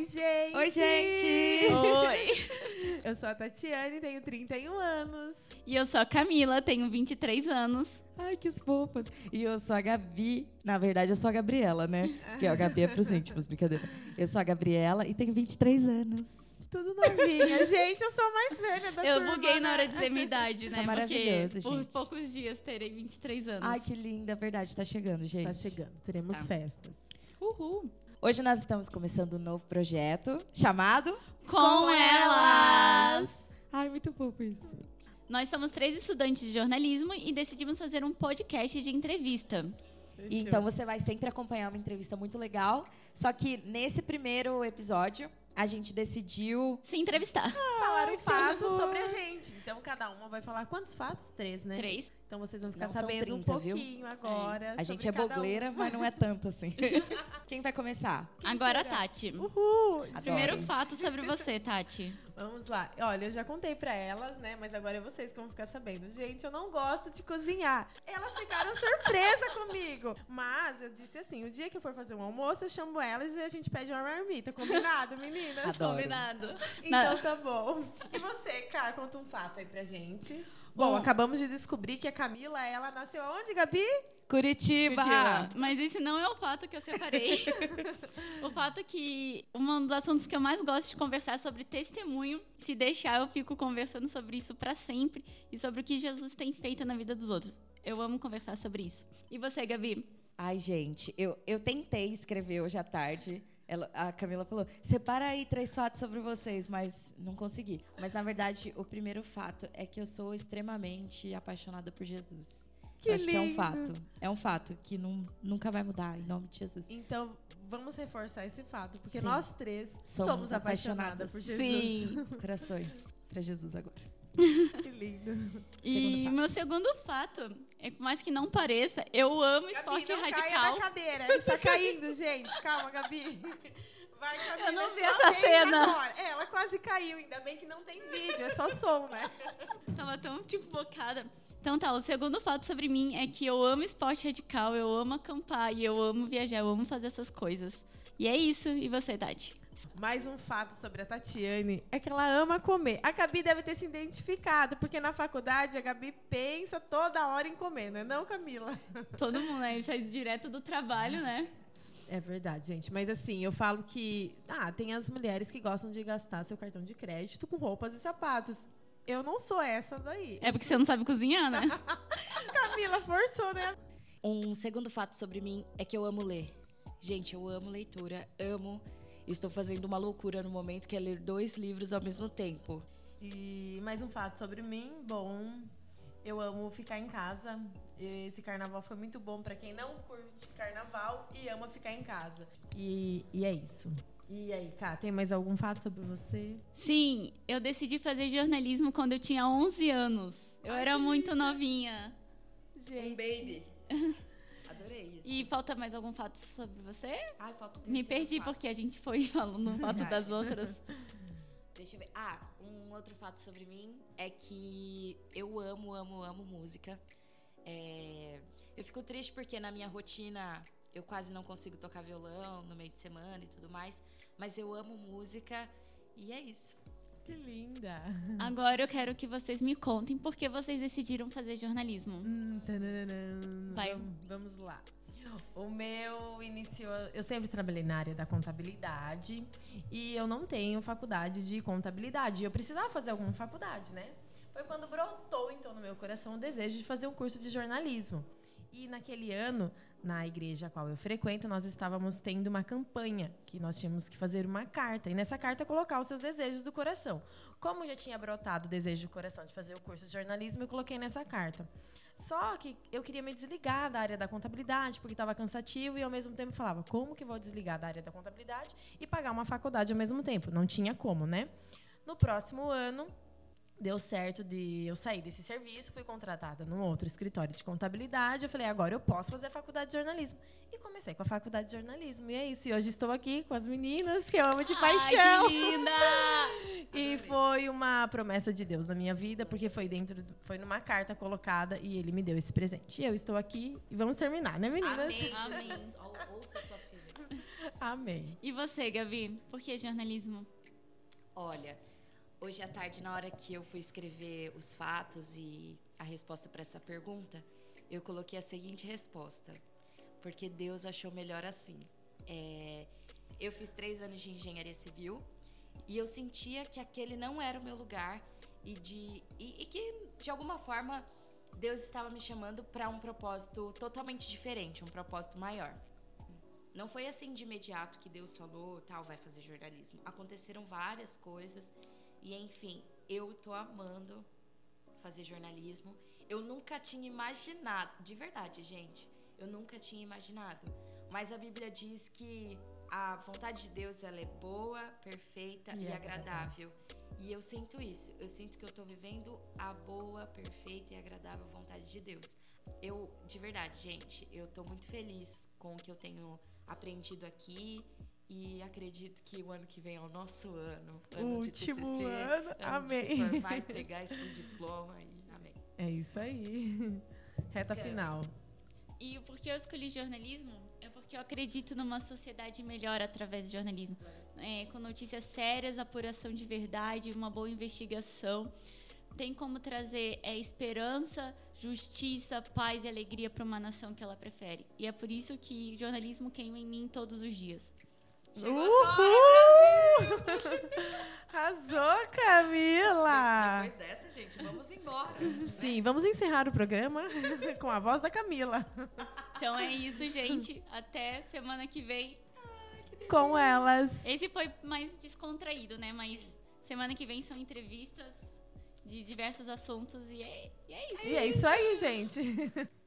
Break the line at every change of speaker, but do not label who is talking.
Oi, gente!
Oi!
Eu sou a Tatiane, tenho 31 anos.
E eu sou a Camila, tenho 23 anos.
Ai, que fofas. E eu sou a Gabi. Na verdade, eu sou a Gabriela, né? Que a Gabi é pros íntimos, brincadeira. Eu sou a Gabriela e tenho 23 anos.
Tudo novinha. gente, eu sou a mais velha da
eu
turma,
buguei na
né?
hora de dizer minha idade, né? Porque
maravilhoso,
por
gente.
poucos dias terei 23 anos.
Ai, que linda, é verdade. Tá chegando, gente.
Tá chegando, teremos
Tá.
festas.
Uhul!
Hoje nós estamos começando um novo projeto chamado.
Com, elas!
Ai, muito fofo isso.
Nós somos três estudantes de jornalismo e decidimos fazer um podcast de entrevista.
E então você vai sempre acompanhar uma entrevista muito legal. Só que nesse primeiro episódio, a gente decidiu.
Se entrevistar.
falar um fato
horror.
sobre a gente. Então cada uma vai falar quantos fatos? Três, né?
Três.
Então vocês vão ficar
Não, são
sabendo um
30, viu?
pouquinho agora. um.
A gente é bogleira, mas não é tanto assim. Quem vai começar?
Agora,
será?
Tati.
Uhul!
Primeiro
Adoro.
fato sobre você, Tati.
Vamos lá. Olha, eu já contei pra elas, né? Mas agora é vocês que vão ficar sabendo. Gente, eu não gosto de cozinhar. Elas ficaram surpresas comigo. Mas eu disse assim: o dia que eu for fazer um almoço, eu chamo elas e a gente pede uma marmita. Combinado, meninas?
Adoro.
Combinado.
Então tá bom. E você, Cá, conta um fato aí pra gente. Bom,
Bom.
acabamos de descobrir que a Camila, ela nasceu aonde, Gabi?
Curitiba!
Curitiba.
Mas esse não é o fato que eu separei. o fato é que um dos assuntos que eu mais gosto de conversar é sobre testemunho. Se deixar, eu fico conversando sobre isso pra sempre e sobre o que Jesus tem feito na vida dos outros. Eu amo conversar sobre isso. E você, Gabi?
Ai, gente, eu, eu tentei escrever hoje à tarde. Ela- a Camila falou: separa aí três fatos sobre vocês, mas não consegui. Mas na verdade, o primeiro fato é que eu sou extremamente apaixonada por Jesus.
Que
Acho que é um
lindo.
fato. É um fato que nun- nunca vai mudar, em nome de Jesus.
Então, vamos reforçar esse fato, porque
Sim.
nós três somos,
Somos
apaixonadas
apaixonadas.
por Jesus.
Corações para Jesus agora.
Que lindo.
Segundo
E
fato.
meu segundo fato, é que por mais que não pareça, eu amo Um esporte
Gabi, não Caia
radical.
da cadeira. Está caindo, gente. Calma, Gabi. Vai, Camila,
Eu não
é
vi
sua
essa
vez
cena.
Agora. É, Ela quase caiu. Ainda bem que não tem vídeo, é só som, né?
Tava tão, tipo, focada. Então tá, o segundo fato sobre mim é que eu amo esporte radical, eu amo acampar e eu amo viajar, eu amo fazer essas coisas. E é isso. E você, Tati?
Mais um fato sobre a Tatiane é que ela ama comer. A Gabi deve ter se identificado, porque na faculdade a Gabi pensa toda hora em comer, não é não, Camila?
Todo mundo, né? Sai direto do trabalho, né?
É verdade, gente. Mas assim, eu falo que. Ah, tem as mulheres que gostam de gastar seu cartão de crédito com roupas e sapatos. Eu não sou essa daí.
É porque você não sabe cozinhar, né?
Camila forçou, né?
Um segundo fato sobre mim é que eu amo ler. Gente, eu amo leitura, amo. Estou fazendo uma loucura no momento que é ler dois livros ao mesmo tempo.
E mais um fato sobre mim, bom. Eu amo ficar em casa. Esse carnaval foi muito bom pra quem não curte carnaval e ama ficar em casa. E, e é isso. E aí, Cá, tem mais algum fato sobre você?
Sim, eu decidi fazer jornalismo quando eu tinha 11 anos. Eu era muito novinha.
Gente.
baby. Adorei isso.
E falta mais algum fato sobre você?
Ai, falta o
Me
terceiro
perdi
fato.
porque a gente foi falando um fato
Verdade.
das outras.
Deixa eu ver. Ah, um outro fato sobre mim é que eu amo, amo, amo música. É, Eu fico triste porque na minha rotina eu quase não consigo tocar violão no meio de semana e tudo mais. Mas eu amo música e é isso.
Que linda.
Agora eu quero que vocês me contem por que vocês decidiram fazer jornalismo.
Hum, tananana.
Vai.
Vam- Vamos, lá. O meu iniciou. Eu sempre trabalhei na área da contabilidade e eu não tenho faculdade de contabilidade. Eu precisava fazer alguma faculdade, né? Foi quando brotou, então, no meu coração o desejo de fazer um curso de jornalismo. E naquele ano, na igreja a qual eu frequento, nós estávamos tendo uma campanha que nós tínhamos que fazer uma carta e nessa carta colocar os seus desejos do coração. Como já tinha brotado o desejo do coração de fazer o curso de jornalismo, eu coloquei nessa carta. Só que eu queria me desligar da área da contabilidade, porque estava cansativo, e ao mesmo tempo eu falava, como que vou desligar da área da contabilidade e pagar uma faculdade ao mesmo tempo? Não tinha como, né? No próximo ano, deu certo de eu sair desse serviço, fui contratada num outro escritório de contabilidade, eu falei, agora eu posso fazer a faculdade de jornalismo. E comecei com a faculdade de jornalismo, e é isso. E hoje estou aqui com as meninas, que eu amo de paixão.
Ai, que linda!
E foi uma promessa de Deus na minha vida, porque foi dentro, foi numa carta colocada e ele me deu esse presente. E eu estou aqui e vamos terminar, né, meninas?
Amém.
Ouça tua filha.
Amém.
E você, Gabi? Por que jornalismo?
Olha, hoje à tarde, na hora que eu fui escrever os fatos e a resposta para essa pergunta, eu coloquei a seguinte resposta: porque Deus achou melhor assim. É, eu fiz três anos de engenharia civil e eu sentia que aquele não era o meu lugar e de e, e que de alguma forma Deus estava me chamando para um propósito totalmente diferente, um propósito maior. Não foi assim de imediato que Deus falou, tal, vai fazer jornalismo. Aconteceram várias coisas e enfim, eu tô amando fazer jornalismo. Eu nunca tinha imaginado, de verdade, gente, eu nunca tinha imaginado. Mas a Bíblia diz que a vontade de Deus ela é boa, perfeita
E
e,
é
agradável. E eu sinto isso. Eu sinto que eu tô vivendo a boa, perfeita e agradável vontade de Deus. Eu, de verdade, gente, eu tô muito feliz com o que eu tenho aprendido aqui e acredito que o ano que vem é o nosso ano, ano de
Último
TCC,
ano,
ano de se
amém.
formar e pegar esse diploma e amém.
É isso aí. Reta
Quero.
final.
E o porquê eu escolhi jornalismo é porque eu acredito numa sociedade melhor através do jornalismo. É, com notícias sérias, apuração de verdade, uma boa investigação. Tem como trazer é, esperança, justiça, paz e alegria para uma nação que ela prefere. E é por isso que o jornalismo queima em mim todos os dias.
Chegou a sua hora,
Arrasou, Camila!
Depois dessa, gente, vamos embora. Né?
Sim, vamos encerrar o programa com a voz da Camila.
Então é isso, gente. Até semana que vem.
Com elas.
Esse foi mais descontraído, né? Mas semana que vem são entrevistas de diversos assuntos e é, e é isso.
E é isso aí, gente.